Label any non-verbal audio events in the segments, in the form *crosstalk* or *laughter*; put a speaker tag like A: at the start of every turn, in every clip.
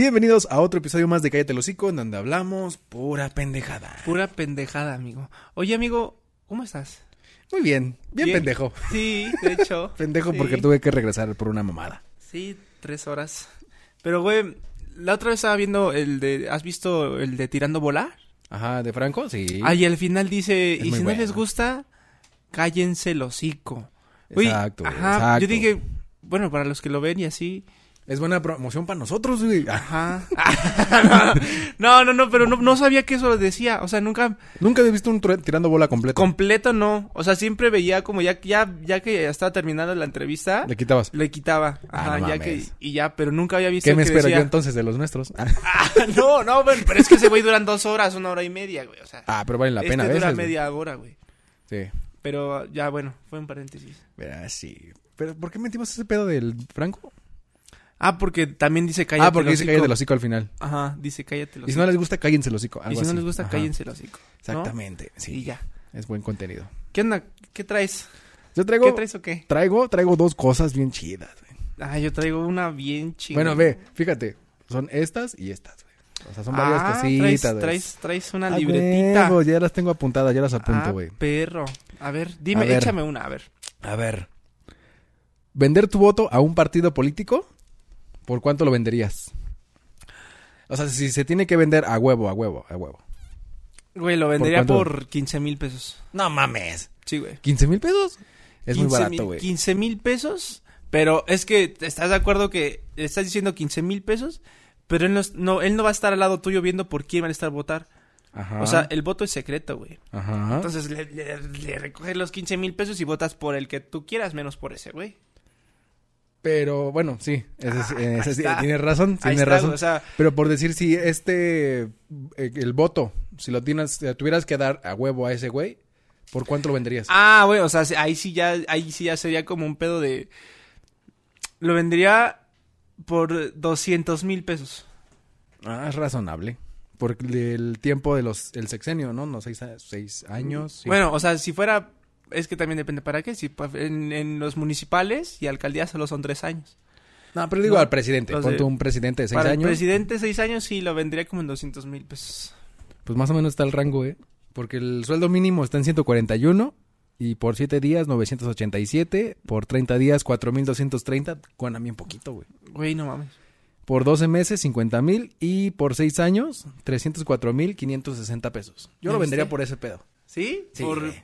A: Bienvenidos a otro episodio más de Cállate el Hocico, en donde hablamos pura pendejada.
B: Pura pendejada, amigo. Oye, amigo, ¿cómo estás?
A: Muy bien, bien, pendejo.
B: Sí, de hecho.
A: *laughs* Pendejo
B: Sí.
A: porque tuve que regresar por una mamada.
B: Sí, tres horas. Pero, güey, la otra vez estaba viendo el de... ¿Has visto el de Tirando Volar?
A: Ajá, ¿de Franco? Sí.
B: Ah, y al final dice...
A: Es
B: y
A: muy
B: si no les
A: bueno.
B: gusta, cállense el hocico. Güey,
A: Exacto, güey,
B: Ajá,
A: exacto.
B: yo dije... Bueno, para los que lo ven y así...
A: Es buena promoción para nosotros, güey. Ah, *laughs*
B: Ajá. no, no, no, pero no, no sabía que eso lo decía. O sea, nunca...
A: Nunca he visto un tru- tirando bola completo.
B: Completo no. O sea, siempre veía como ya, ya, ya que ya estaba terminada la entrevista...
A: Le quitabas.
B: Le quitaba.
A: Ah,
B: Ajá,
A: no
B: ya que.
A: mames.
B: Y ya, pero nunca había visto.
A: ¿Qué me
B: que
A: espero
B: decía-
A: yo entonces de los nuestros? Ah,
B: *laughs* Ah, no, no, bueno, pero es que ese güey duran dos horas, una hora y media, güey. O sea,
A: *laughs* ah, pero vale la pena
B: este
A: a
B: dura
A: veces, güey.
B: media hora, güey.
A: Sí.
B: Pero ya, bueno, fue un paréntesis.
A: Verás, sí. ¿Pero por qué metimos ese pedo del Franco?
B: Ah, porque también dice cállate.
A: ah, porque
B: el
A: dice
B: hocico.
A: cállate el hocico al final.
B: Ajá, dice cállate. el
A: Y si
B: hocico.
A: no les gusta, cállense el hocico.
B: Y
A: algo
B: si no
A: así.
B: les gusta,
A: Ajá.
B: cállense el hocico. ¿no?
A: Exactamente, sí.
B: Y ya.
A: Es buen contenido.
B: ¿Qué onda? ¿Qué traes?
A: Yo traigo...
B: ¿Qué traes o qué?
A: Traigo, traigo dos cosas bien chidas. güey.
B: Ah, yo traigo una bien chingada.
A: Bueno, ve, fíjate, son estas y estas, güey. O sea, son varias
B: ah,
A: cositas,
B: Traes,
A: güey.
B: traes, traes una
A: Ah,
B: libretita.
A: huevo, ya las tengo apuntadas, ya las
B: ah,
A: apunto, güey.
B: perro. A ver, dime,
A: ver.
B: échame una, a ver.
A: A ver. ¿Vender tu voto a un partido político? ¿Por cuánto lo venderías? O sea, si se tiene que vender a huevo, a huevo, a huevo.
B: Güey, lo vendería
A: cuánto?
B: por 15 mil pesos.
A: No mames.
B: Sí, güey.
A: ¿15 mil pesos? Es muy
B: 15
A: barato,
B: mil-
A: güey.
B: 15 mil pesos, pero es que estás de acuerdo que estás diciendo 15 mil pesos, pero él no, es- no, él no va a estar al lado tuyo viendo por quién van a estar a votar.
A: Ajá.
B: O sea, el voto es secreto, güey.
A: Ah. Ajá.
B: Entonces le, le- le recoges los 15 mil pesos y votas por el que tú quieras, menos por ese, güey.
A: Pero bueno, sí. Ese, es-
B: Ah,
A: eh, ese
B: ahí
A: sí,
B: está.
A: tienes razón,
B: Ahí
A: tienes
B: está,
A: razón.
B: güey, O sea,
A: Pero por decir si este eh, el voto, si lo tienes, si lo tuvieras que dar a huevo a ese güey, ¿por cuánto lo venderías?
B: ah, güey, o sea, ahí sí ya, ahí sí ya sería como un pedo de. Lo vendría por 200 mil pesos.
A: Ah, es razonable. Por el tiempo de los el sexenio, ¿no? No seis, a- seis años. sí.
B: Bueno, o sea, si fuera... Es que también depende para qué. Si pa- en, en los municipales y alcaldías solo son tres años.
A: no, pero digo
B: no,
A: al presidente,
B: los
A: ponte
B: de-
A: un presidente de seis
B: para el
A: años,
B: presidente seis años sí lo vendría como en 200 mil pesos.
A: pues más o menos está el rango, ¿eh? Porque el sueldo mínimo está en 141 y por 7 días 987, por 30 días 4230, con a mí un poquito, güey.
B: Güey, no mames.
A: Por 12 meses, 50 mil. Y por 6 años, 304 mil 560 pesos. Yo lo
B: ¿Ya
A: vendería
B: viste?
A: por ese pedo.
B: ¿Sí?
A: Sí.
B: Por-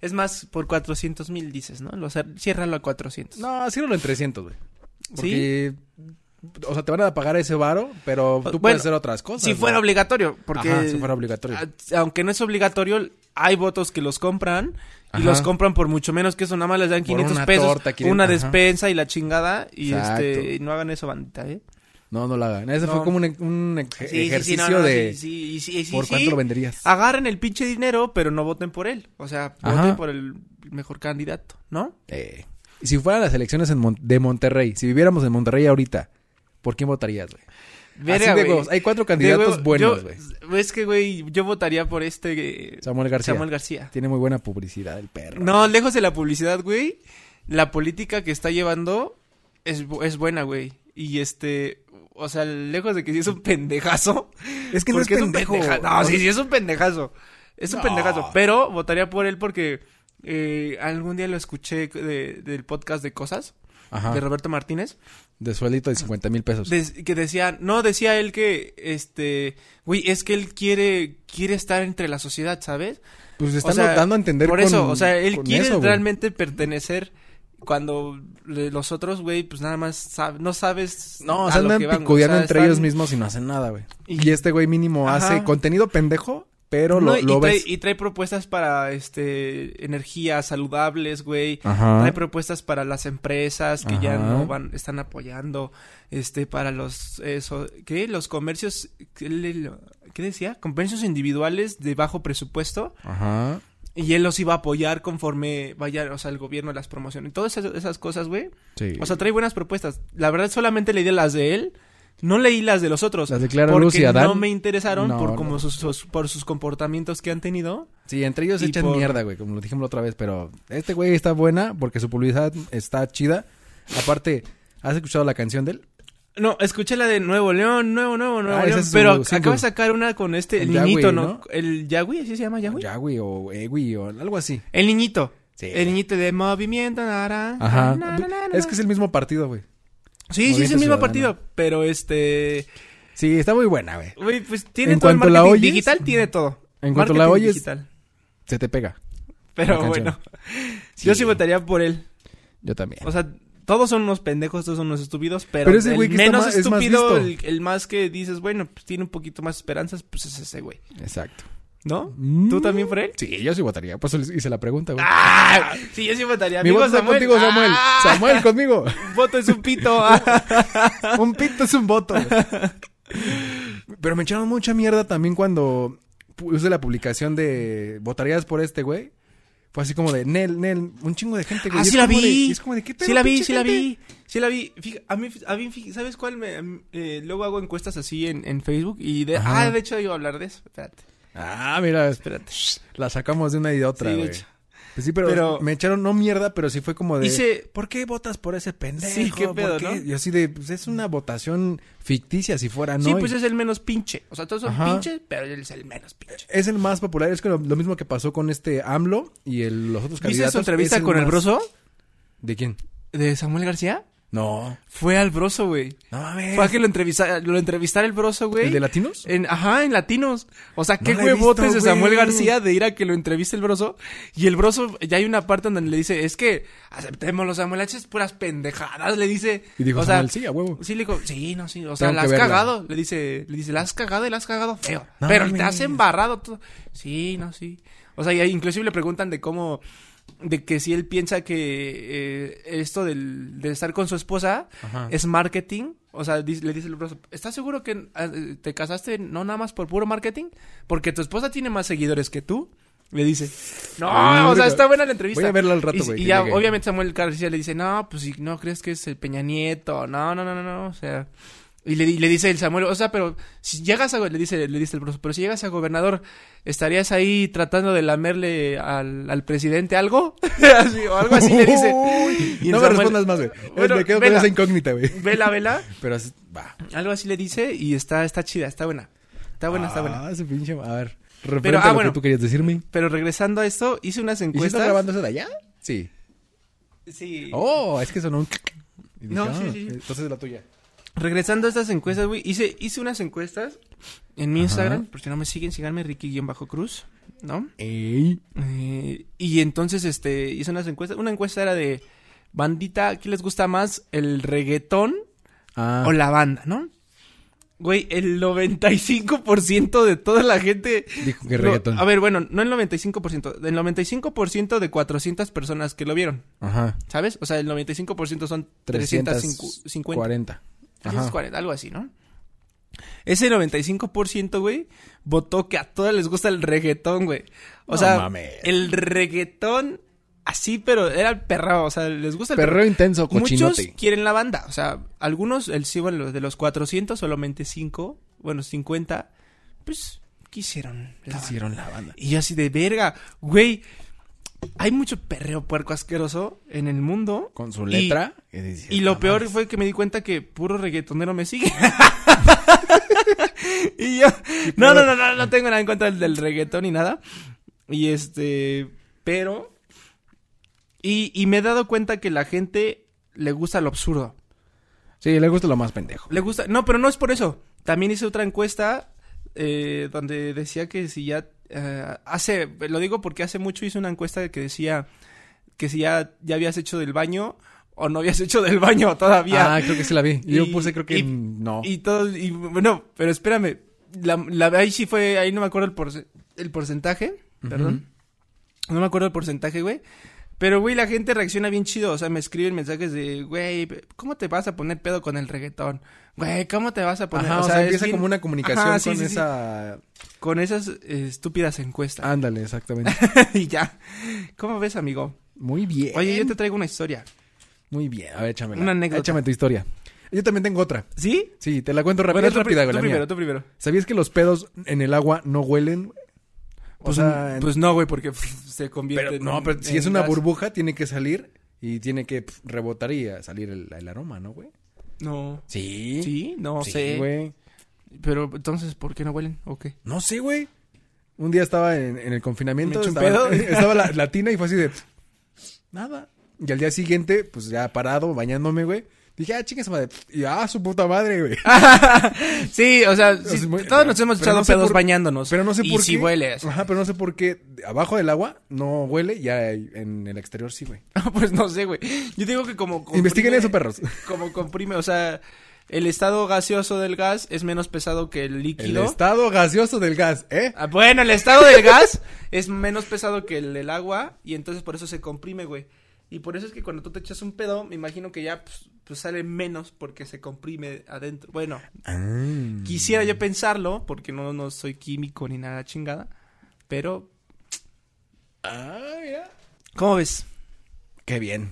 B: es más, por 400 mil dices, ¿no? Lo cer- ciérralo a 400.
A: No, ciérralo en 300, güey. Porque, o sea, te van a pagar ese varo, pero tú
B: Bueno,
A: puedes hacer otras cosas.
B: si
A: güey.
B: fuera obligatorio, porque...
A: Ajá, si fuera obligatorio.
B: a- aunque no es obligatorio, hay votos que los compran y
A: Ajá.
B: los compran por mucho menos que eso. Nada más les dan
A: Por
B: 500
A: una
B: pesos,
A: torta, 500,
B: una
A: ajá.
B: despensa y la chingada. Y
A: Exacto.
B: este, no hagan eso, bandita, ¿eh?
A: No, no la hagan. Ese
B: No.
A: fue como un, un ej-
B: Sí, sí, sí,
A: E-, ejercicio
B: no, no,
A: de
B: sí, sí, sí, sí, sí,
A: por
B: sí.
A: cuánto lo venderías.
B: Agarren el pinche dinero, pero no voten por él. O sea,
A: Ajá.
B: voten por el mejor candidato, ¿no?
A: Eh, y si fueran las elecciones en Mon- de Monterrey, si viviéramos en Monterrey ahorita, ¿por quién votarías, güey? Así de
B: güey.
A: huevos. Hay cuatro
B: De
A: candidatos
B: huevo-
A: buenos,
B: yo-
A: güey.
B: Es que, güey, yo votaría por este... eh,
A: Samuel García.
B: Samuel García.
A: Tiene muy buena publicidad el perro.
B: No, lejos de la publicidad, güey. La política que está llevando es, bu- es buena, güey. Y este... O sea, lejos de que sí es un pendejazo.
A: *laughs* Es que no es
B: porque
A: pendejo.
B: un pendeja- No, sí, sí, es un pendejazo. Es un
A: No.
B: pendejazo. Pero votaría por él porque eh, algún día lo escuché de- del podcast de Cosas,
A: Ajá.
B: de Roberto Martínez,
A: De sueldito de 50 mil pesos.
B: des- que decía, no, decía él que, este, güey, es que él quiere, quiere estar entre la sociedad, ¿sabes?
A: Pues se
B: O
A: están
B: sea,
A: dando a entender
B: Por
A: con-
B: eso, o sea, él
A: con
B: quiere
A: eso, güey.
B: realmente pertenecer cuando le- los otros, güey, pues nada más sab- no sabes.
A: No, o
B: a
A: sea,
B: lo
A: andan
B: que van, güey.
A: picudeando
B: O sea,
A: entre
B: están-
A: ellos mismos y no hacen nada, güey.
B: Y-
A: Y, este güey mínimo
B: Ajá.
A: hace contenido pendejo, pero lo,
B: No, y,
A: lo
B: trae,
A: ves.
B: y trae propuestas para este energías saludables, güey.
A: Ajá.
B: Trae propuestas para las empresas que ya
A: Ajá.
B: no van, están apoyando, este, para los eso, ¿qué? Los comercios, ¿qué, le- lo- qué decía? Comercios individuales de bajo presupuesto
A: Ajá.
B: y él los iba a apoyar conforme vaya, o sea, el gobierno las promociones, todas esas, esas cosas, güey.
A: Sí.
B: O sea, trae buenas propuestas. La verdad solamente leí de las de él. No leí las de los otros.
A: Las de Clara
B: porque
A: Luz y Adán.
B: no me interesaron
A: No,
B: por
A: no.
B: como sus, sus- por sus comportamientos que han tenido.
A: sí, entre ellos
B: y
A: echan
B: por-
A: mierda, güey, como lo dijimos la otra vez, pero este güey está buena porque su publicidad está chida. Aparte, ¿has escuchado la canción de él?
B: No, escuché la de Nuevo León, Nuevo, Nuevo, Nuevo
A: Ah, ese
B: León.
A: es su
B: pero
A: single.
B: acaba de sacar una con este, el,
A: El
B: niñito,
A: Yahweh,
B: ¿no?
A: ¿no?
B: El Yahweh, ¿así se llama Yahweh?
A: Yahweh o Ewi o algo así.
B: El niñito.
A: Sí.
B: El niñito de movimiento naranja.
A: Ajá.
B: na, na, na, na.
A: Es que es el mismo partido, güey.
B: Sí, sí, es
A: Movimiento
B: el mismo
A: Ciudadano.
B: partido, pero este...
A: Sí, está muy buena, güey.
B: Güey, pues tiene
A: En
B: todo el
A: cuanto la
B: marketing
A: oyes-
B: digital, tiene todo.
A: en cuanto la
B: Marketing
A: oyes-
B: digital.
A: Se te pega.
B: Pero
A: la canción.
B: bueno, *laughs* yo sí
A: Sí.
B: votaría por él.
A: Yo también.
B: O sea, todos son unos pendejos, todos son unos estúpidos, pero,
A: Pero ese güey
B: el
A: que está
B: menos
A: más- es más
B: estúpido, el,
A: listo.
B: el más que dices, bueno, pues tiene un poquito más esperanzas, pues es ese güey,
A: Exacto.
B: ¿no?
A: Mm.
B: ¿Tú también por él?
A: Sí, yo sí votaría. Pues, Por eso les hice la pregunta, güey.
B: ¡Ah! Sí, yo sí votaría.
A: Mi
B: Amigo
A: voto está
B: Samuel.
A: contigo, Samuel.
B: ¡Ah!
A: Samuel, conmigo.
B: *laughs* Voto es
A: *laughs*
B: un pito. Ah.
A: un pito es un voto. güey. Pero me echaron mucha mierda también cuando puse la publicación de votarías por este güey. Fue así como de Nel, Nel, un chingo de gente, güey.
B: Ah,
A: Y es
B: sí la
A: como de-
B: vi.
A: y es como de, ¿qué pedo,
B: sí la vi,
A: pinche
B: sí la
A: gente?
B: vi. Sí la vi. Fija- a mí, a mí, fija- ¿sabes cuál? Me, eh, luego hago encuestas así en, en Facebook y de...
A: Ajá.
B: Ah, de hecho iba a hablar de eso. Espérate,
A: Ah, mira,
B: espérate.
A: la sacamos de una y de otra,
B: Sí, de
A: güey.
B: hecho.
A: Pues sí, pero,
B: Pero-
A: me echaron no mierda, pero sí fue como de...
B: Hice-
A: ¿Por qué votas por ese pendejo?
B: Sí, qué
A: ¿Por
B: pedo, ¿no?
A: Y así de, pues es una votación ficticia si fuera, ¿no?
B: Sí,
A: Y
B: pues es el menos pinche. O sea, todos son
A: Ajá.
B: pinches, pero él es el menos pinche.
A: es el más popular. Es que lo, lo mismo que pasó con este AMLO y el- los otros
B: ¿Viste
A: candidatos.
B: su entrevista
A: es
B: con el
A: más-
B: broso?
A: ¿De quién?
B: ¿De Samuel García?
A: No.
B: Fue al broso, güey.
A: No
B: Fue a
A: mames.
B: que lo, entrevista, lo entrevistara el broso, güey.
A: Eh.
B: Eh,
A: ¿El de latinos?
B: En, ajá, en latinos. O sea,
A: No
B: qué
A: la he
B: huevotes
A: visto,
B: de Samuel
A: güey.
B: García de ir a que lo entreviste el broso. Y el broso, ya hay una parte donde le dice, es que aceptémoslo, Samuel, haces puras pendejadas, le dice.
A: Y dijo,
B: o sea,
A: Samuel, sí, a huevo.
B: Sí, le dijo, sí, no, sí, o sea,
A: Tengo
B: la
A: que
B: has
A: verla.
B: cagado, le dice, le dice, la has cagado y la has cagado feo,
A: No
B: pero te
A: mames.
B: has embarrado todo. Sí, no, sí. O sea, y ahí inclusive le preguntan de cómo, de que si él piensa que eh, esto del, de estar con su esposa
A: Ajá.
B: es marketing, o sea, di- le dice el brazo, ¿estás seguro que eh, te casaste no nada más por puro marketing? Porque tu esposa tiene más seguidores que tú. Le dice, no,
A: Ah,
B: o sea,
A: verga.
B: está buena la entrevista.
A: Voy a verla al rato,
B: Y-
A: güey,
B: Y,
A: que
B: ya,
A: llegue.
B: obviamente Samuel García le dice, no, pues si no crees que es el Peña Nieto, no, no, no, no, no, o sea. Y le, di- le dice el Samuel, o sea, pero si llegas a, go- le dice, le dice el profesor, pero si llegas a gobernador, ¿estarías ahí tratando de lamerle al, al presidente algo? *laughs* Así, o algo así le dice.
A: Uy,
B: Y el
A: no me
B: Samuel-
A: respondas más, güey.
B: Bueno,
A: me quedo con
B: vela.
A: esa incógnita, güey.
B: Vela, vela.
A: Pero así, va.
B: Algo así le dice y está, está chida, está buena. Está buena, está buena.
A: Ah, ese pinche... A ver, referente
B: Pero, ah,
A: a lo
B: bueno.
A: que tú querías decirme.
B: Pero regresando a esto, hice unas
A: ¿Y si
B: encuestas.
A: está grabando eso de allá? Sí.
B: Sí.
A: Oh, es que sonó un... *laughs* Y
B: No,
A: ah,
B: sí, sí, sí.
A: Entonces la tuya.
B: Regresando a estas encuestas, güey, hice, hice unas encuestas en mi
A: Ajá.
B: Instagram, por si no me siguen, síganme Ricky-Cruz, ¿no?
A: Ey.
B: Eh, y entonces, este, hice unas encuestas. Una encuesta era de, bandita, ¿qué les gusta más, el reggaetón
A: Ah.
B: o la banda, no? Güey, el 95% de toda la gente...
A: Dijo que
B: No,
A: reggaetón.
B: a ver, bueno, no el 95%, el 95% de 400 personas que lo vieron,
A: Ajá.
B: ¿sabes? O sea, el 95% son 350.
A: 340. Ajá.
B: 340, algo así, ¿no? Ese 95%, güey, votó que a todas les gusta el reggaetón, güey. O
A: No
B: sea,
A: mames.
B: el reggaetón así, pero era el perrao, o sea, les gusta el
A: Perreo intenso,
B: Muchos
A: cochinote.
B: quieren la banda, o sea, algunos, el sí, bueno, los de los 400, solamente 5, bueno, 50, pues quisieron la banda.
A: hicieron la banda.
B: Y yo así de verga, güey, hay mucho perreo puerco asqueroso en el mundo.
A: Con su
B: Y-
A: letra. Y, dices, "Ah".
B: y lo
A: "No
B: peor
A: mames".
B: fue que me di cuenta que puro reggaetonero
A: *laughs*
B: me sigue. y yo, no, no, no, no, no tengo nada en contra del, del reggaetón ni nada. Y este, pero, y, y me he dado cuenta que la gente le gusta lo absurdo.
A: Sí, le gusta lo más pendejo.
B: Le gusta, no, pero no es por eso. También hice otra encuesta eh, donde decía que si ya, eh, hace, lo digo porque hace mucho hice una encuesta que decía que si ya, ya habías hecho del baño o no habías hecho del baño todavía.
A: Ah, creo que sí la vi. Y, yo
B: Y-
A: puse creo que
B: y-
A: no.
B: Y todo, y bueno, pero espérame. La, la- ahí sí fue, ahí no me acuerdo el, porce- el porcentaje, perdón. No me acuerdo el porcentaje, güey. Pero, güey, la gente reacciona bien chido. O sea, me escriben mensajes de, güey, ¿cómo te vas a poner pedo con el reggaetón? Güey, ¿cómo te vas a poner?
A: Ajá, o sea,
B: es
A: empieza
B: bien-
A: como una comunicación
B: Ajá, sí,
A: con
B: sí, sí.
A: esa...
B: Con esas eh,
A: *laughs*
B: estúpidas encuestas.
A: Ándale, exactamente.
B: y ya. ¿Cómo ves, amigo?
A: Muy bien.
B: Oye, yo te traigo una historia.
A: Muy bien. A ver, échame
B: Una anécdota.
A: Échame tu historia. Yo también tengo otra.
B: ¿Sí?
A: Sí, te la cuento rápido.
B: Bueno,
A: es
B: tú, pri-
A: rápida,
B: tú
A: güey, la
B: primero,
A: mía.
B: tú primero.
A: ¿Sabías que los pedos en el agua no huelen? O
B: Pues,
A: sea,
B: pues no, güey, porque *laughs* pf, se convierte
A: pero,
B: en-
A: no, pero si
B: en
A: es una
B: gas.
A: pues, eh, burbuja, tiene que salir y tiene que pf, rebotar y a salir el, el aroma, ¿no, güey?
B: No.
A: Sí.
B: Sí, no
A: Sí,
B: sé.
A: güey.
B: Pero entonces, ¿por qué no huelen?
A: *laughs*
B: ¿O qué?
A: No sé, güey. Un día estaba en, en el confinamiento.
B: Me eché un
A: estaba, *laughs*
B: pedo.
A: estaba la,
B: *laughs*
A: la tina y fue así de. Nada. Y al día siguiente, pues ya parado, bañándome, güey. Dije, ah, chingas madre. Y ah, su puta madre, güey.
B: sí, o sea, Ah, sí,
A: Es muy-
B: todos nos hemos
A: pero
B: echado
A: no sé
B: pedos
A: por-
B: bañándonos.
A: Pero no sé por
B: Y
A: qué.
B: si hueles.
A: Ajá, pero no sé por qué. Abajo del agua no huele y ahí en el exterior sí, güey.
B: pues *laughs* no sé, güey. Yo digo que como. comprime-
A: Investiguen eso, perros.
B: Como comprime, o sea, el estado gaseoso del gas es menos pesado que el
A: El
B: líquido.
A: estado gaseoso del gas, ¿eh?
B: Ah, bueno, el estado del gas es menos pesado que el del agua y entonces por eso se comprime, güey. Y por eso es que cuando tú te echas un pedo, me imagino que ya pues, pues, sale menos porque se comprime adentro. Bueno,
A: Mm.
B: quisiera yo pensarlo porque no, no soy químico ni nada chingada, pero
A: Ah, mira.
B: ¿cómo ves?
A: Qué
B: *laughs*
A: bien.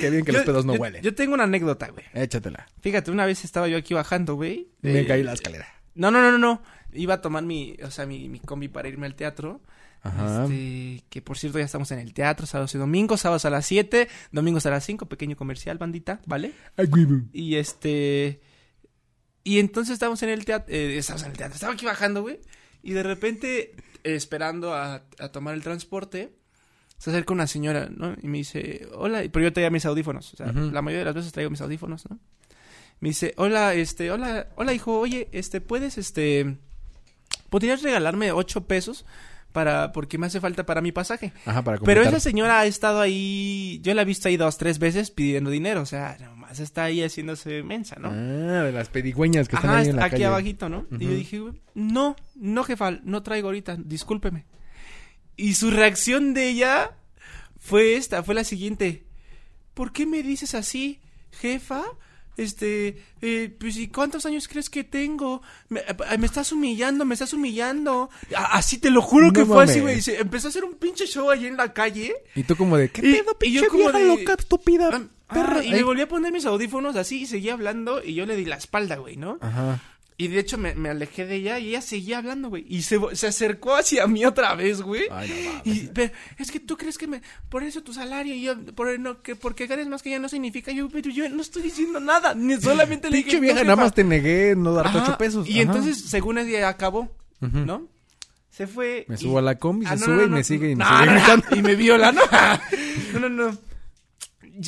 A: Qué bien que los
B: Yo-
A: pedos no
B: yo-
A: huelen.
B: Yo tengo una anécdota, güey.
A: Échatela.
B: Fíjate, una vez estaba yo aquí bajando, güey.
A: Me
B: Eh,
A: caí la escalera.
B: No, no, no, no, no. Iba a tomar mi, o sea, mi, mi combi para irme al teatro.
A: Ajá.
B: Este, que por cierto ya estamos en el teatro, sábados y domingos, sábados a las 7, domingos a las 5, pequeño comercial, bandita, ¿vale?
A: Ay, güey, güey.
B: Y este y entonces estábamos en el teatro, eh, estábamos en el teatro, estaba aquí bajando, güey, y de repente eh, esperando a, a tomar el transporte se acerca una señora, ¿no? Y me dice, "Hola", y- pero yo traía mis audífonos, o sea,
A: Ujú.
B: la mayoría de las veces traigo mis audífonos, ¿no? Me dice, "Hola, este, hola, hola, hijo, oye, este, ¿puedes este podrías regalarme ocho pesos para porque me hace falta para mi pasaje?"
A: Ajá, para
B: Pero
A: completar.
B: esa señora ha estado ahí, yo la he visto ahí dos, tres veces pidiendo dinero, o sea, nomás está ahí haciéndose mensa, ¿no?
A: Ah, de las pedigüeñas que están
B: Ajá,
A: ahí en
B: está
A: la
B: aquí
A: calle.
B: abajito, ¿no? Y yo
A: Ujú.
B: dije, güey, no, no, jefa, no traigo ahorita, discúlpeme. Y su reacción de ella fue esta, fue la siguiente. ¿Por qué me dices así, jefa? Este, eh, pues, ¿y cuántos años crees que tengo? Me, eh, me estás humillando, me estás humillando. A- Así, te lo juro
A: No
B: que fue así,
A: mames.
B: güey. Se- Empezó a hacer un pinche show allí en la calle.
A: Y tú como de, ¿qué
B: Y-
A: pedo,
B: y yo
A: pinche
B: como
A: vieja
B: de-
A: loca, estúpida,
B: Ah,
A: perra? eh".
B: y
A: Ay.
B: me volví a poner mis audífonos así y seguía hablando y yo le di la espalda, güey, ¿no?
A: Ajá.
B: Y de hecho me, me alejé de ella y ella seguía hablando, güey. Y se, vo- se acercó hacia mí otra vez, güey.
A: Ay, no mames.
B: y, pero, es que tú crees que me... Por eso tu salario y yo... Por, no, que porque ganes más que ella no significa yo... Pero yo no estoy diciendo nada. Ni solamente *laughs* le dije...
A: Pinche
B: "No,
A: vieja, nada
B: jefa".
A: más te negué no darte
B: Ajá,
A: ocho pesos.
B: Y
A: Ajá.
B: entonces, según ella, acabó,
A: Ujú.
B: ¿no? Se fue...
A: Me
B: y-
A: subo a la combi, se
B: Ah, no,
A: sube
B: no,
A: y
B: no,
A: me sigue y me
B: no,
A: sigue
B: no,
A: gritando.
B: Y
A: *laughs*
B: me viola, ¿no? No, no, no.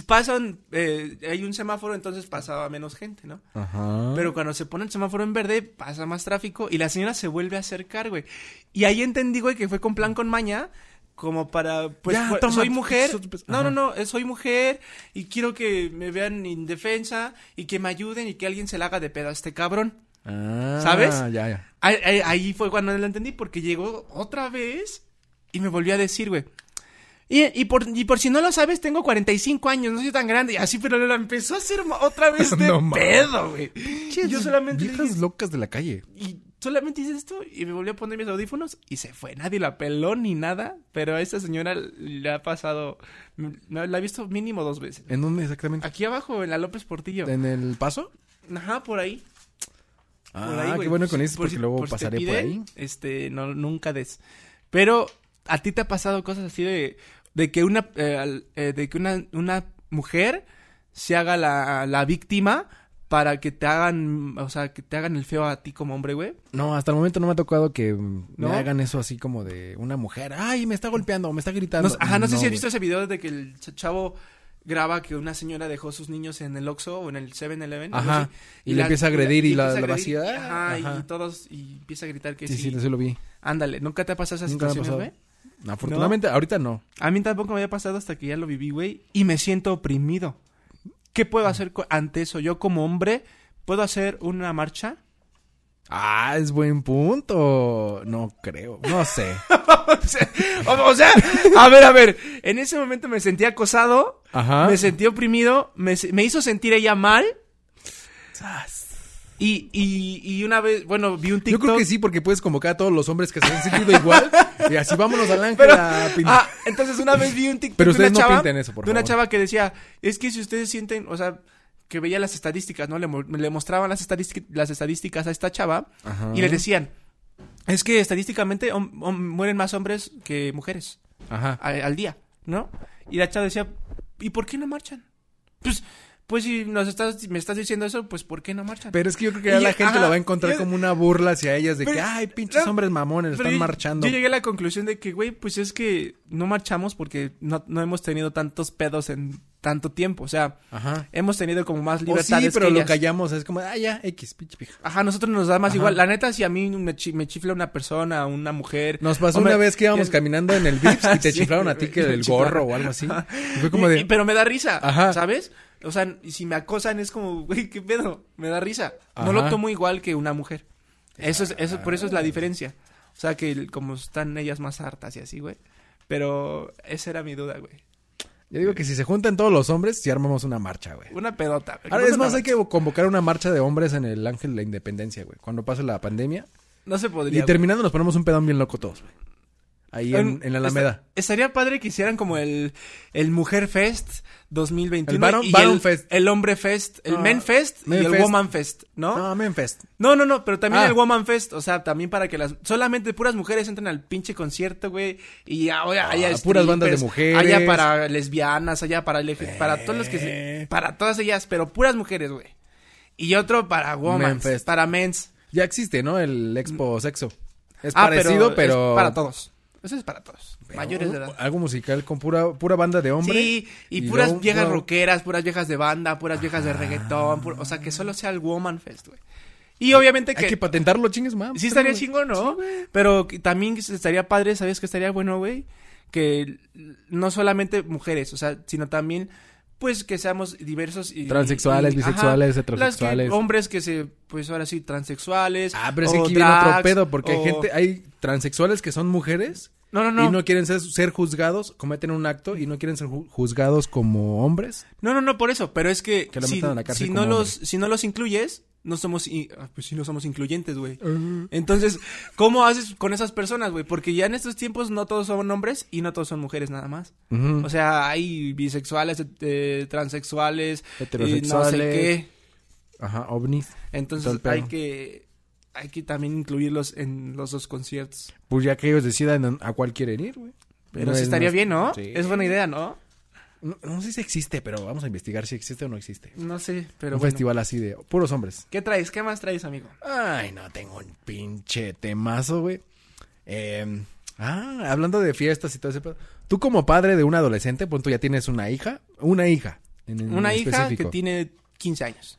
B: Pasan... eh, hay un semáforo, entonces pasaba menos gente, ¿no?
A: Ajá.
B: Pero cuando se pone el semáforo en verde, pasa más tráfico y la señora se vuelve a acercar, güey. Y ahí entendí, güey, que fue con plan con maña, como para, pues,
A: Ya,
B: fue-
A: toma,
B: soy mujer.
A: so- pues,
B: No,
A: ajá.
B: no, no, eh, soy mujer y quiero que me vean indefensa y que me ayuden y que alguien se la haga de pedo a este cabrón.
A: Ah,
B: ¿Sabes?
A: Ya, ya.
B: Ahí, ahí- ahí fue cuando lo entendí, porque llegó otra vez y me volvió a decir, güey. Y, y por, y por si no lo sabes, tengo 45 años, no soy tan grande. Y así, pero la empezó a hacer ma- otra vez
A: *laughs*
B: de
A: No mames.
B: pedo, güey. Yo solamente le
A: Viejas
B: dije,
A: locas de la calle.
B: y solamente hice esto y me volví a poner mis audífonos y se fue. Nadie la peló ni nada, pero a esta señora le ha pasado, no, la he visto mínimo dos veces.
A: ¿En dónde exactamente?
B: Aquí abajo, en la López Portillo.
A: ¿En el paso?
B: Ajá, por ahí.
A: Ah,
B: por ahí, güey.
A: qué bueno con
B: Si-
A: eso,
B: por
A: porque
B: si-
A: luego
B: por si te
A: pasaré por
B: piden,
A: ahí.
B: Este, no, nunca des. Pero, ¿a ti te ha pasado cosas así de, de que una, eh, al- eh, de que una, una mujer se haga la, la víctima para que te hagan, o sea, que te hagan el feo a ti como hombre, güey?
A: No, hasta el momento no me ha tocado que mm,
B: ¿No?
A: me hagan eso así como de una mujer. Ay, me está golpeando, me está
B: No
A: gritando.
B: sé- ajá, no, sé si has
A: güey.
B: visto ese video de que el ch- chavo graba que una señora dejó sus niños en el Oxxo o en el 7-Eleven. algo
A: Ajá,
B: así,
A: y le empieza a agredir y la-
B: empieza a
A: la
B: agredir,
A: vacía,
B: Ajá,
A: ajá.
B: y todos, y empieza a gritar que
A: Sí,
B: sí.
A: sí, sí lo vi.
B: Ándale, ¿nunca te ha pasado esas
A: Nunca me ha
B: situaciones,
A: pasado.
B: güey?
A: Afortunadamente, ahorita no.
B: A mí tampoco me había pasado hasta que ya lo viví, güey, y me siento oprimido. ¿Qué puedo hacer co- ante eso? Yo como hombre, ¿puedo hacer una marcha?
A: Ah, es buen punto. No creo, no sé.
B: o, sea, *laughs* o- o sea, a ver, a ver, en ese momento me sentí acosado,
A: *laughs* Ajá.
B: me sentí oprimido, me, se- me hizo sentir ella mal, y, y, y una vez, bueno, vi un
A: Yo
B: TikTok.
A: creo que sí, porque puedes convocar a todos los hombres que se han sentido igual. y así vámonos al ángel
B: Pero-
A: a pintar.
B: ah, entonces una vez vi un TikTok
A: Pero
B: de una
A: ustedes no
B: chava,
A: pinten eso, por
B: de una
A: favor.
B: chava que decía, es que si ustedes sienten, o sea, que veía las estadísticas, ¿no? Le, mo- le mostraban las, estadístic- las estadísticas a esta chava
A: Ajá.
B: y le decían, es que estadísticamente hom- hom- mueren más hombres que mujeres
A: Ajá.
B: a- al día, ¿no? Y la chava decía, ¿y por qué no marchan? Pues Pues si nos estás, me estás diciendo eso, pues ¿por qué no marchan?
A: Pero es que yo creo que
B: Y
A: ya la
B: yo-
A: gente
B: ajá,
A: lo va a encontrar
B: yo-
A: como una burla hacia ellas de
B: Pero-
A: que, ay, pinches
B: no,
A: hombres mamones,
B: Pero
A: están
B: yo-
A: marchando.
B: Yo llegué a la conclusión de que, güey, pues es que no marchamos porque no, no hemos tenido tantos pedos en tanto tiempo. O sea,
A: Ajá.
B: hemos tenido como más
A: O sí,
B: libertades.
A: pero
B: que
A: lo
B: ellas.
A: callamos, es como, ah, ya, X, pinche pija.
B: Ajá, a nosotros nos da más
A: Ajá.
B: igual. La neta, si a mí me, chi- me chifla una persona, una mujer.
A: Nos pasó
B: Hombre,
A: una vez que íbamos
B: es-
A: caminando
B: *laughs*
A: en el Vips y te
B: Sí,
A: chiflaron a ti que
B: me
A: del
B: *laughs* chiflaron.
A: gorro o algo así. Y fue
B: y-
A: como
B: y-
A: de,
B: pero me da risa,
A: Ajá.
B: ¿sabes? O sea, y si me acosan es como, güey, qué pedo, me da risa. No
A: Ajá.
B: lo tomo igual que una mujer. Eso es, eso, por eso es la diferencia. O sea, que el- como están ellas más hartas y así, güey. Pero esa era mi duda, güey.
A: yo digo que si se juntan todos los hombres, si armamos una marcha, güey.
B: Una pedota. güey.
A: Ahora,
B: No
A: es
B: se
A: más,
B: la-
A: hay que convocar una marcha de hombres en el Ángel de la Independencia, güey. Cuando pase la pandemia.
B: No se
A: Y
B: podría. güey. Em,
A: terminando nos ponemos un pedón bien loco todos, güey. Ahí en, en la
B: Esta-
A: Alameda.
B: estaría padre que hicieran como el, el Mujer Fest 2021.
A: El Baron-
B: y
A: Baron
B: el,
A: Fest.
B: El Hombre Fest. El
A: No,
B: Men Fest
A: Men
B: y el
A: Fest.
B: Woman Fest, ¿no?
A: No, Memphis.
B: No, no, no, pero también
A: Ah.
B: el Woman Fest, o sea, también para que las... Solamente puras mujeres entren al pinche concierto, güey, y ahora haya...
A: Ah, puras bandas de
B: strippers,
A: mujeres. Eh.
B: Haya para lesbianas, haya para... LG, Para todos los que... se- Para todas ellas, pero puras mujeres, güey. Y otro para Woman,
A: Men Fest.
B: para Men's.
A: Ya existe, ¿no? El Expo Sexo. Es
B: Mm. Ah,
A: parecido, pero.
B: es para todos. Eso es para todos. Mayores de edad.
A: Algo musical con pura, pura banda de hombres.
B: Sí, y, puras viejas
A: rock
B: rockeras, puras viejas de banda, puras viejas de reggaetón, pur- o sea, que solo sea el Woman Fest, güey. Y obviamente
A: Hay que patentarlo, chingues, mam.
B: Sí estaría chingón, ¿no? Pero que también estaría padre, ¿sabes qué estaría bueno, güey? Que l- no solamente mujeres, o sea, sino también, pues, que seamos diversos. Y,
A: Transexuales, bisexuales,
B: ajá,
A: heterosexuales.
B: las que- hombres que se, pues, ahora sí, transexuales.
A: Ah, pero es que
B: o
A: aquí viene otro
B: drags,
A: pedo, porque hay
B: o-
A: gente, hay transexuales que son mujeres
B: No, no, no.
A: y no quieren ser, ser juzgados, cometen un acto y no quieren ser ju- juzgados como hombres.
B: No, no, no, por eso. Pero es que,
A: Que lo
B: si,
A: metan a la cárcel
B: si
A: como
B: no
A: hombre.
B: los, si no los incluyes, no somos, i- ah, pues sí, no somos incluyentes, güey. Entonces, ¿cómo haces con esas personas, güey? Porque ya en estos tiempos no todos son hombres y no todos son mujeres nada más.
A: Ujú.
B: O sea, hay bisexuales, eh, transexuales, y no sé
A: Heterosexuales.
B: qué.
A: Ajá, ovnis. Todo
B: Entonces
A: el pedo.
B: hay que hay que también incluirlos en los dos conciertos.
A: Pues ya que ellos decidan a cuál quieren ir, güey.
B: Pero
A: No
B: sí
A: es
B: estaría
A: nuestro-
B: bien, ¿no?
A: Sí.
B: Es buena idea, ¿no?
A: No, no sé si existe, pero vamos a investigar si existe o no existe.
B: No sé, pero
A: un
B: bueno.
A: festival así de puros hombres.
B: ¿Qué traes? ¿Qué más traes, amigo?
A: Ay, no, tengo un pinche temazo, güey. Eh, ah, hablando de fiestas y todo ese pedo. Tú como padre de un adolescente, pues tú ya tienes una hija. Una hija. en- en
B: Una hija
A: específico.
B: que tiene 15 años.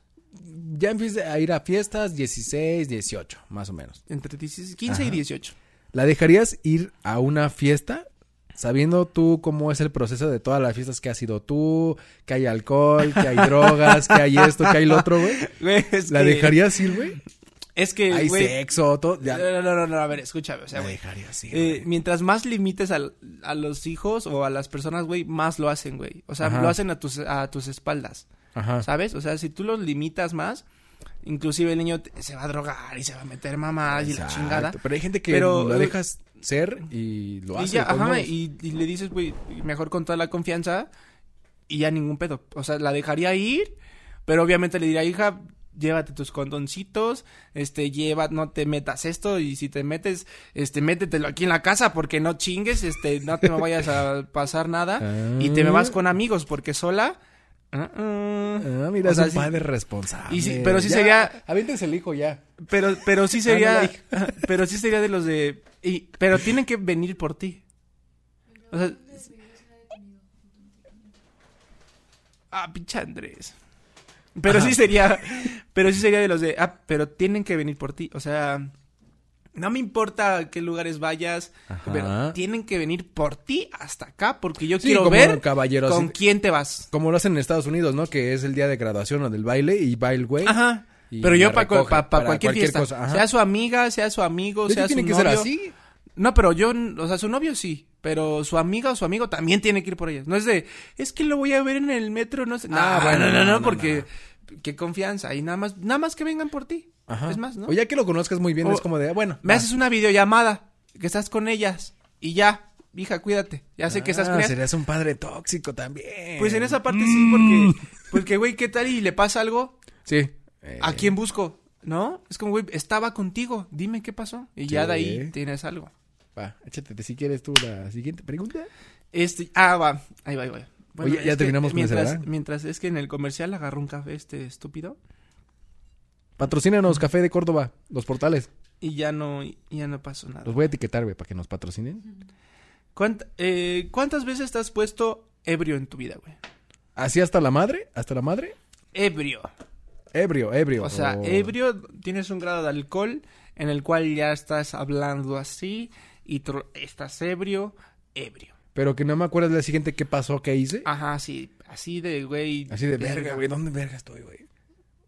A: Ya empieza a ir a fiestas 16, 18, más o menos.
B: Entre 16 15 y
A: Ajá.
B: 18.
A: ¿La dejarías ir a una fiesta? Sabiendo tú cómo es el proceso de todas las fiestas que has ido tú, que hay alcohol, que hay drogas, que hay esto, que hay lo otro, güey.
B: Güey,
A: *laughs*
B: es
A: ¿La
B: que-
A: dejarías ir, güey?
B: Es que,
A: Hay
B: güey,
A: sexo, todo. ya.
B: No, no, no, no, a ver, escúchame, o sea,
A: La
B: güey.
A: dejarías ir,
B: Eh,
A: güey.
B: mientras más limites al- a los hijos o a las personas, güey, más lo hacen, güey. O sea,
A: Ajá.
B: lo hacen a tus, a tus espaldas,
A: Ajá.
B: *laughs* ¿sabes? O sea, si tú los limitas más, inclusive el niño te- se va a drogar y se va a meter mamadas y la
A: Exacto,
B: chingada.
A: Pero hay gente que
B: Pero,
A: lo
B: eh,
A: dejas ser y lo
B: Y
A: hace.
B: ya,
A: de todos
B: ajá,
A: modos.
B: y, y le dices, güey, mejor con toda la confianza y ya ningún pedo. O sea, la dejaría ir, pero obviamente le diría, hija, llévate tus condoncitos, este, lleva, no te metas esto y si te metes, este, métetelo aquí en la casa porque no chingues, este, no
A: *laughs*
B: te me vayas a pasar nada y te me vas con amigos porque sola... ah, ah.
A: Ah, mira,
B: O sea,
A: es un
B: sí-
A: padre responsable.
B: Y sí, pero sí
A: Ya,
B: sería-
A: Aviéntense el hijo ya.
B: Pero, pero sí
A: Ah,
B: sería,
A: no,
B: pero sí sería de los de, y- pero tienen que venir por ti. O sea, ah, pinche Andrés. Pero sí sería, pero sí sería de los de, ah, pero tienen que venir por ti. O sea, no me importa a qué lugares vayas,
A: Ajá.
B: pero tienen que venir por ti hasta acá porque yo
A: Sí,
B: quiero
A: como
B: ver
A: caballeros.
B: con quién te vas.
A: Como lo hacen en Estados Unidos, ¿no? Que es el día de graduación o del baile y va el güey.
B: Ajá.
A: Y
B: Pero
A: la
B: yo pa-
A: recoge
B: pa- pa-
A: para
B: cualquier,
A: cualquier
B: fiesta,
A: cosa, ajá.
B: sea su amiga, sea su amigo,
A: ¿Es que
B: sea su
A: tiene que
B: novio.
A: ser así?
B: No, pero yo, n- o sea, su novio sí, pero su amiga o su amigo también tiene que ir por ellas. No es de, es que lo voy a ver en el metro, no sé.
A: Ah,
B: no,
A: bueno,
B: no, no,
A: no,
B: no,
A: no,
B: porque qué confianza. Y nada más, nada más que vengan por ti.
A: Ajá.
B: Es más, ¿no?
A: O ya que lo conozcas muy bien,
B: O-
A: es como de, "Ah, bueno.
B: Me
A: va.
B: haces una videollamada, que estás con ellas y ya, hija, cuídate. Ya sé que estás con
A: Ah,
B: ellas.
A: Serías un padre tóxico también. Mm.
B: Pues en esa parte sí, porque, porque, güey, ¿qué tal y le pasa algo?
A: Sí.
B: ¿A
A: Eh.
B: quién busco? ¿No? Es como, güey, estaba contigo, dime qué pasó. Y ya de
A: Sí.
B: ahí tienes algo.
A: Eh, Va, échate si quieres tú la siguiente pregunta.
B: Este, ah, va, ahí va, ahí va. Bueno,
A: Oye, ya
B: es que
A: terminamos con ese,
B: mientras,
A: ¿verdad?
B: Mientras es que en el comercial agarró un café este estúpido
A: Patrocínanos Café de Córdoba, los portales.
B: y ya no, y ya no pasó nada.
A: Los voy a etiquetar, güey, para que nos patrocinen.
B: ¿Cuánt- eh, ¿Cuántas veces te has puesto ebrio en tu vida, güey?
A: Así hasta la madre, hasta la madre.
B: Ebrio.
A: Ebrio, ebrio. Oh.
B: O sea, ebrio tienes un grado de alcohol en el cual ya estás hablando así y tro- estás ebrio, ebrio.
A: Pero que no me acuerdas del siguiente qué pasó, qué hice.
B: Ajá, sí, así de Ah, güey.
A: Así de verga, güey, ¿dónde verga estoy, güey?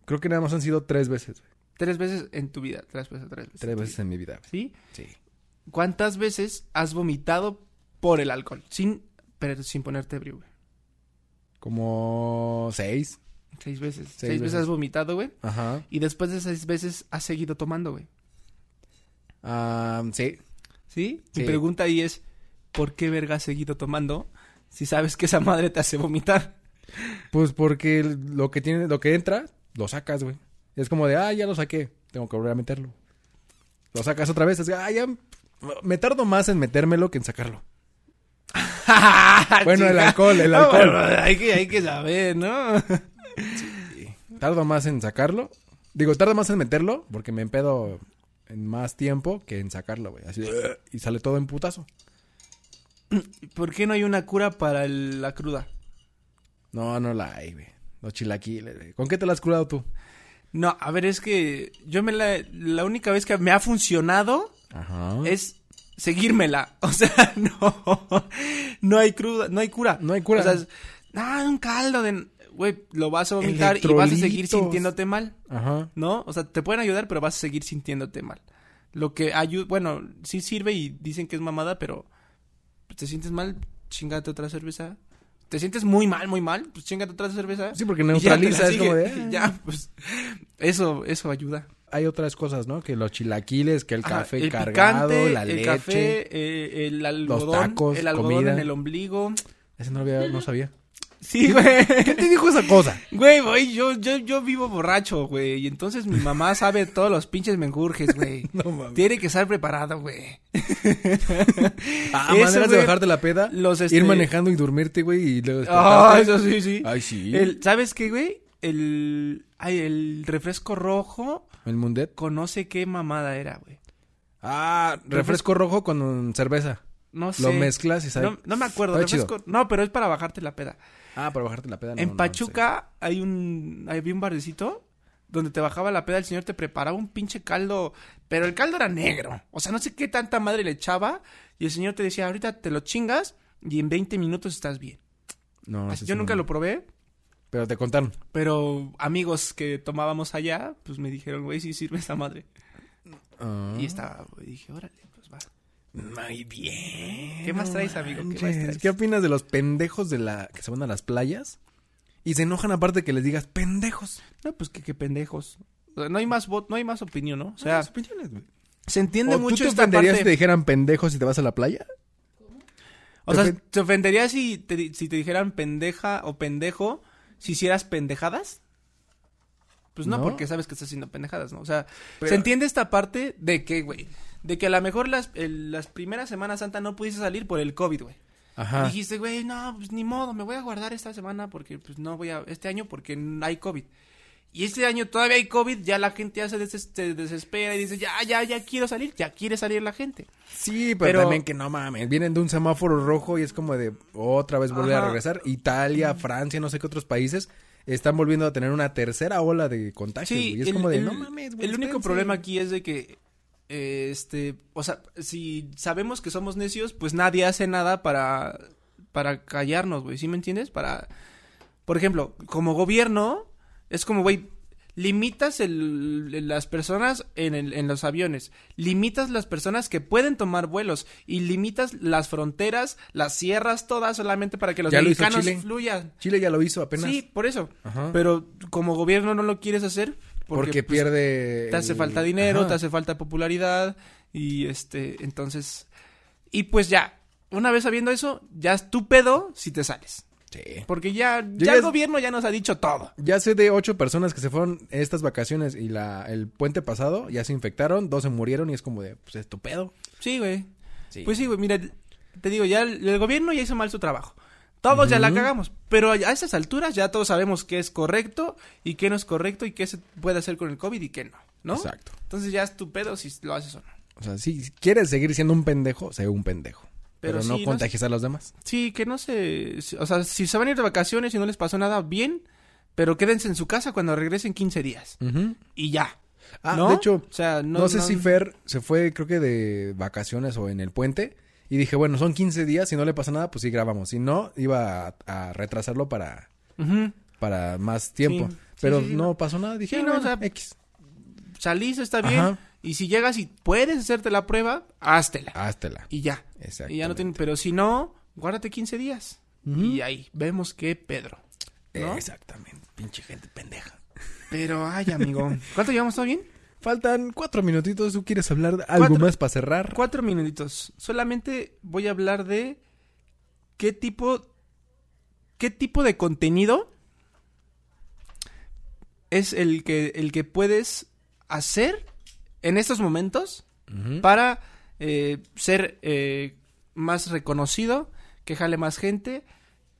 A: Creo que nada más han sido tres veces, güey.
B: Tres veces en tu vida, tres veces, tres veces. en
A: Tres
B: tu
A: veces en mi vida,
B: vida,
A: güey.
B: ¿Sí?
A: Sí.
B: ¿Cuántas veces has vomitado por el alcohol? Sin, pero sin ponerte ebrio, güey.
A: Como seis.
B: Seis veces. Seis, veces.
A: veces.
B: has vomitado, güey.
A: Ajá.
B: Y después de seis veces has seguido tomando, güey.
A: Ah, sí.
B: ¿Sí?
A: Sí.
B: Mi pregunta ahí es, ¿por qué verga has seguido tomando si sabes que esa madre te hace vomitar? *laughs*
A: Pues porque lo que tiene, lo que entra, lo sacas, güey. Es como de, ah, ya lo saqué, tengo que volver a meterlo. Lo sacas otra vez, es, ah, ya me tardo más en metérmelo que en sacarlo. Bueno, el
B: Chica.
A: alcohol, el
B: Ah,
A: alcohol.
B: bueno, hay, que, hay que saber, ¿no? *laughs*
A: Tardo más en sacarlo. Digo, tardo más en meterlo porque me empedo en más tiempo que en sacarlo, güey. Así de, y sale todo en putazo.
B: ¿Por qué no hay una cura para el- la cruda?
A: No, no la hay, güey. Los chilaquiles, güey. ¿Con qué te la has curado tú?
B: No, a ver, es que yo me la... La única vez que me ha funcionado
A: Ajá.
B: es seguírmela. *laughs* O sea, no. No hay cruda, no hay cura.
A: No hay cura.
B: O sea, es, ah, un caldo de... Güey, lo vas a vomitar y vas a seguir
A: Electrolitos.
B: sintiéndote mal.
A: Ajá.
B: ¿no? O sea, te pueden ayudar, pero vas a seguir sintiéndote mal. Lo que ayuda, bueno, sí sirve y dicen que es mamada, pero pues, te sientes mal, chingate otra cerveza. Te sientes muy mal, muy mal, pues chingate otra cerveza.
A: Sí, porque
B: Y ya te la
A: neutraliza, es como
B: sigue.
A: de,
B: *laughs*
A: ah.
B: Y Ya, pues eso eso ayuda.
A: Hay otras cosas, ¿no? Que los chilaquiles, que el
B: Ajá,
A: café cargado,
B: picante,
A: la
B: el
A: leche.
B: café, eh, el algodón,
A: tacos,
B: el algodón
A: comida.
B: en el ombligo.
A: Ese no, lo había- no sabía.
B: Sí,
A: *laughs*
B: güey. *laughs*
A: ¿Quién te dijo esa cosa?
B: Güey, güey, yo, yo, yo vivo borracho, güey. Y entonces mi mamá sabe todos los pinches menjurjes, güey.
A: *laughs* *laughs* No mames.
B: Tiene que estar preparado, güey.
A: Ah,
B: Eso,
A: maneras de
B: güey,
A: bajarte la peda,
B: los, este-
A: ir manejando y dormirte, güey, y luego
B: Ah,
A: despertarte.
B: eso sí, sí.
A: Ay, sí. El,
B: El- ¿Sabes qué, güey? El, ay, el refresco rojo
A: mundet.
B: con no sé qué mamada era, güey.
A: Ah, refresco rojo con cerveza.
B: No sé.
A: Lo mezclas y sabe.
B: No, no me acuerdo.
A: Está chido.
B: refresco- No, pero es para bajarte la peda.
A: Ah, para bajarte la peda. no,
B: en
A: no, no
B: Pachuca hay un, había un barcito donde te bajaba la peda, el señor te preparaba un pinche caldo, pero el caldo era negro. O sea, no sé qué tanta madre le echaba y el señor te decía, ahorita te lo chingas y en 20 minutos estás bien.
A: sé. No,
B: Así,
A: sí,
B: yo
A: sí,
B: nunca
A: no.
B: lo probé,
A: Pero te contaron.
B: Pero amigos que tomábamos allá, pues me dijeron, güey, sí sirve esa madre.
A: Ah.
B: Y estaba, güey, dije, órale, pues va.
A: Muy bien.
B: ¿Qué más
A: No
B: traes, amigo? ¿Qué más
A: manches.
B: traes?
A: ¿Qué opinas de los pendejos de la que se van a las playas? Y se enojan aparte que les digas pendejos.
B: No, pues que qué pendejos. O sea, No hay más bot, no hay más opinión, ¿no? O sea,
A: Sus opiniones, güey.
B: se entiende
A: pues, ¿O
B: mucho
A: ¿Tú te
B: esta
A: ofenderías si te
B: parte.
A: dijeran pendejos si te vas a la playa?
B: O sea,
A: te ofen-
B: ¿te ofendería si te, di- si te dijeran pendeja o pendejo si hicieras pendejadas? Pues no,
A: No.
B: porque sabes que estás haciendo pendejadas, ¿no? O sea,
A: Pero-
B: se entiende esta parte de que, güey, de que a lo mejor las, el- las primeras Semanas Santa no pudiste salir por el COVID, güey.
A: Ajá.
B: Dijiste, güey, no, pues ni modo, me voy a guardar esta semana porque, pues no voy a, este año porque n- hay COVID. Y este año todavía hay COVID, ya la gente ya se des- se desespera y dice, ya, ya, ya quiero salir, ya quiere salir la gente.
A: Sí, pero,
B: Pero-
A: también que no mames. Vienen de un semáforo rojo y es como de otra vez volver a
B: Ajá.
A: regresar. Italia, Francia, no sé qué otros países están volviendo a tener una tercera ola de contagios.
B: Sí,
A: güey. es
B: el,
A: como de
B: el-
A: no mames, güey.
B: el único
A: espérense".
B: problema aquí es de que, eh, este, o sea, si sabemos que somos necios, pues nadie hace nada para, para callarnos, güey, ¿sí me entiendes? Para, por ejemplo, como gobierno, es como, güey, limitas el- el- las personas en, el- en los aviones, limitas las personas que pueden tomar vuelos y limitas las fronteras, las cierras todas solamente para que los
A: Ya lo hizo
B: mexicanos
A: Chile.
B: fluyan.
A: Chile ya lo hizo apenas.
B: Sí, por eso.
A: Ajá.
B: Pero como gobierno no lo quieres hacer
A: porque
B: porque, pues,
A: pierde.
B: te hace
A: el-
B: falta dinero,
A: Ajá.
B: te hace falta popularidad y este, entonces y pues ya, una vez sabiendo eso, ya es tu pedo si te sales,
A: Sí.
B: porque ya ya
A: ya
B: el
A: es-
B: gobierno ya nos ha dicho todo.
A: Ya sé de ocho personas que se fueron estas vacaciones y la, el puente pasado ya se infectaron, dos se murieron y es como de, pues es tu pedo.
B: Sí, güey.
A: Sí.
B: Pues sí, güey, mira, te digo, ya el, el gobierno ya hizo mal su trabajo. Todos ya la cagamos. Pero a a esas alturas ya todos sabemos qué es correcto y qué no es correcto y qué se puede hacer con el COVID y qué no, ¿no?
A: Exacto.
B: Entonces ya es tu pedo si lo haces o no.
A: O sea, si quieres seguir siendo un pendejo, sé un pendejo.
B: Pero
A: Pero, no
B: sí, no
A: contagies a los demás.
B: Sí, que no se... O sea, si se van a ir de vacaciones y no les pasó nada, bien. Pero quédense en su casa cuando regresen 15 días. Y ya.
A: Ah,
B: ¿No?
A: de hecho,
B: O sea,
A: no, sé si Fer se fue, creo que de vacaciones o en el puente. Y dije, bueno, son 15 días, si no le pasa nada, pues sí grabamos. Si no, iba a, a retrasarlo para,
B: Ujú.
A: para más tiempo.
B: Sí, sí,
A: Pero
B: sí, sí,
A: no
B: no.
A: pasó nada, dije,
B: Sí,
A: "Ah,
B: no, o
A: bueno,
B: sea,
A: X.
B: Salís, está bien.
A: Ajá.
B: Y si llegas y puedes hacerte la prueba, háztela.
A: Háztela.
B: Y ya.
A: Exacto.
B: Y ya no tienen... Pero si no, guárdate 15 días. Y ahí vemos qué Pedro. ¿no?
A: Exactamente, pinche gente pendeja.
B: Pero, ay, amigo. ¿Cuánto llevamos? ¿Todo bien?
A: Faltan cuatro minutitos, ¿tú quieres hablar de algo
B: Cuatro.
A: más para cerrar?
B: Cuatro minutitos. Solamente voy a hablar de qué tipo. qué tipo de contenido es el que, el que puedes hacer en estos momentos
A: Ujú.
B: para eh, ser eh, más reconocido, que jale más gente.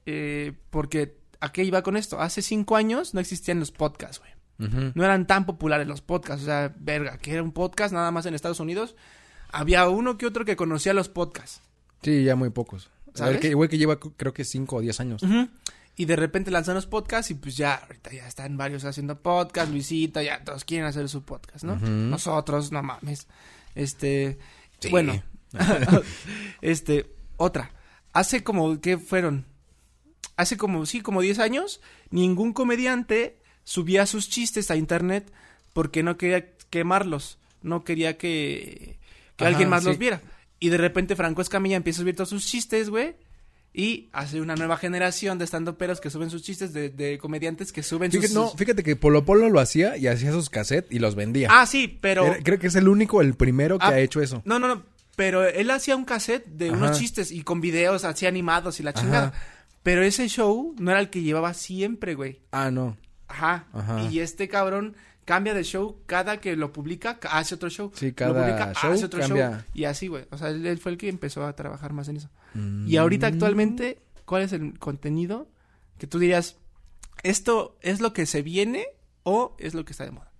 B: eh, porque, ¿a qué iba con esto? Hace cinco años no existían los podcasts, güey
A: Ujú.
B: no eran tan populares los podcasts. O sea, verga, que era un podcast nada más en Estados Unidos. Había uno que otro que conocía los podcasts.
A: Sí, ya muy pocos. O sea, el
B: ¿Sabes?
A: que, igual que lleva cu- creo que cinco o diez años.
B: Y de repente lanzan los podcasts y pues ya, ahorita ya están varios haciendo podcast, Luisita, ya todos quieren hacer su podcast, ¿no?
A: Ujú.
B: Nosotros, no mames. Este,
A: Sí. *laughs*
B: bueno. este, otra. Hace como, ¿qué fueron? Hace como, sí, como 10 años, ningún comediante subía sus chistes a internet porque no quería quemarlos, no quería que, que
A: Ajá,
B: alguien más
A: sí.
B: los viera. Y de repente Franco Escamilla empieza a subir todos sus chistes, güey. Y hace una nueva generación de estando peros que suben sus chistes, de, de comediantes que suben
A: Fíjate,
B: sus...
A: no, fíjate que Polo Polo lo hacía y hacía sus cassettes y los vendía.
B: Ah, sí, pero...
A: Era- creo que es el único, el primero que
B: Ah,
A: ha hecho eso.
B: No, no, no. Pero él hacía un cassette de
A: Ajá.
B: unos chistes y con videos así animados y la
A: Ajá.
B: chingada. Pero ese show no era el que llevaba siempre, güey.
A: Ah, no.
B: Ajá.
A: Ajá.
B: Y este cabrón cambia de show cada que lo publica, ca- hace otro show.
A: Sí,
B: Lo ah,
A: cada show cambia.
B: Y así, güey. O sea, él, él fue el que empezó a trabajar más en eso.
A: Mm.
B: Y ahorita actualmente, ¿cuál es el contenido que tú dirías, esto es lo que se viene o es lo que está de moda?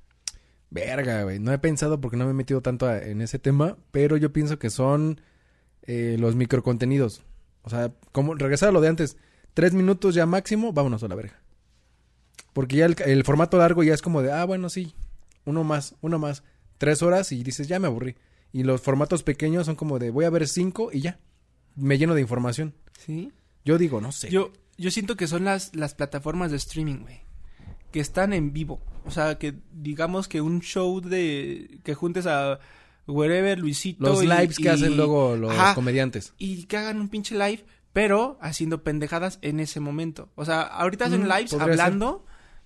A: Verga, güey. No he pensado porque no me he metido tanto a- en ese tema, pero yo pienso que son eh, los microcontenidos. O sea, como regresar a lo de antes. Tres minutos ya máximo, vámonos a la verga. Porque ya el, el formato largo ya es como de, ah, bueno, sí. Uno más, uno más. Tres horas y dices, ya me aburrí. Y los formatos pequeños son como de, voy a ver cinco y ya. Me lleno de información.
B: Sí.
A: Yo digo, no sé.
B: Yo, yo siento que son las, las plataformas de streaming, güey. Que están en vivo. O sea, que digamos que un show de... Que juntes a Wherever, Luisito...
A: los
B: y-
A: lives
B: y-
A: que hacen luego los
B: Ajá,
A: comediantes.
B: Y que hagan un pinche live, pero haciendo pendejadas en ese momento. O sea, ahorita hacen
A: Mm,
B: lives
A: podría
B: hablando...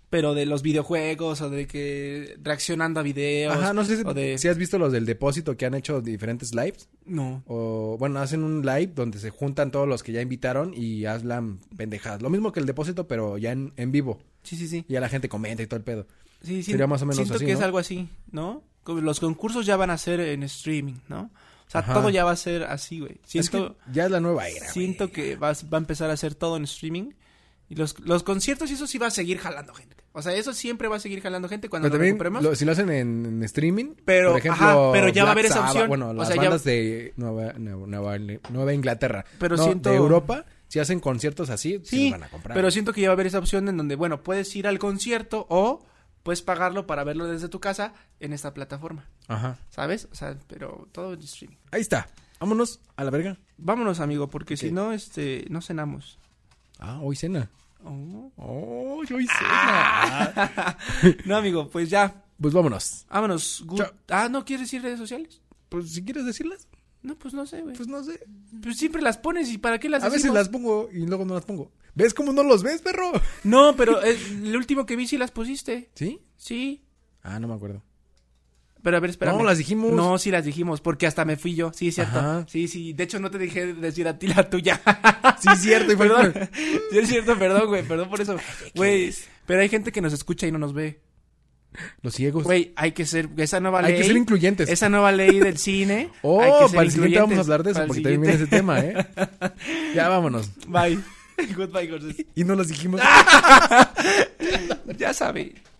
B: Pero de los videojuegos o de que reaccionando a videos.
A: Ajá, no sé si,
B: o de...
A: si has visto los del depósito que han hecho diferentes lives.
B: No.
A: O, bueno, hacen un live donde se juntan todos los que ya invitaron y hablan pendejadas. Lo mismo que el depósito, pero ya en, en vivo.
B: Sí, sí, sí.
A: Y a la gente comenta y todo el pedo.
B: Sí, sí,
A: Sería más o menos
B: siento
A: así,
B: que
A: ¿no?
B: es algo así, ¿no? Como Los concursos ya van a ser en streaming, ¿no? O sea,
A: Ajá.
B: todo ya va a ser así, güey.
A: Es que
B: Siento,
A: ya es la nueva era.
B: siento
A: güey.
B: que vas- va a empezar a ser todo en streaming. Y los, los conciertos y eso sí va a seguir jalando gente. O sea, eso siempre va a seguir jalando gente cuando
A: Pero
B: lo
A: también,
B: recuperemos.
A: lo- si lo hacen en, en streaming,
B: Pero,
A: por ejemplo,
B: ajá, pero ya va a
A: Black
B: haber esa
A: Sabbath,
B: opción.
A: Bueno,
B: O
A: las
B: sea, ya-
A: bandas de Nueva, Nueva- Nueva- Nueva Inglaterra,
B: Pero
A: no,
B: siento-
A: de Europa, si hacen conciertos así, sí,
B: Sí,
A: los van a comprar.
B: pero siento que ya va a haber esa opción en donde, bueno, puedes ir al concierto o puedes pagarlo para verlo desde tu casa en esta plataforma,
A: Ajá.
B: ¿sabes? O sea, pero todo en streaming.
A: Ahí está. Vámonos a la verga.
B: Vámonos, amigo, porque si
A: Ok.
B: no, este, no cenamos.
A: Ah, hoy cena.
B: Oh.
A: *laughs* Oh, hoy cena.
B: No, amigo, pues ya.
A: Pues vámonos.
B: Vámonos. Gu-
A: Chao.
B: Ah, ¿no quieres decir redes sociales?
A: Pues si quieres decirlas,
B: No, pues no sé, güey. Pues,
A: pues no sé.
B: siempre las pones y ¿para qué las
A: A veces
B: decimos?
A: las pongo y luego no las pongo. ¿Ves cómo no los ves, perro?
B: No, pero eh, el último que vi sí las pusiste.
A: ¿Sí?
B: Sí.
A: Ah, no me acuerdo.
B: Pero a ver, espérame.
A: No, las dijimos.
B: No, sí las dijimos, porque hasta me fui yo. Sí, es cierto.
A: Ajá.
B: Sí, sí. De hecho, no te dejé decir a ti la tuya.
A: Sí, es cierto. Y fue
B: perdón.
A: como-
B: *laughs* sí, es cierto, perdón, güey. Perdón por eso. Güey, pero hay gente que nos escucha y no nos ve.
A: Los ciegos.
B: Güey, hay que ser... Esa nueva
A: Pues, Hay
B: ley...
A: que ser incluyentes.
B: Esa nueva ley del cine.
A: *laughs* Oh,
B: hay que ser
A: para el siguiente vamos a
B: incluyentes.
A: hablar de eso
B: Para el *laughs*
A: porque también viene ese tema, ¿eh? ya vámonos.
B: siguiente. Bye. *laughs* Goodbye, Gorsuch.
A: Y no las dijimos.
B: Ya sabe.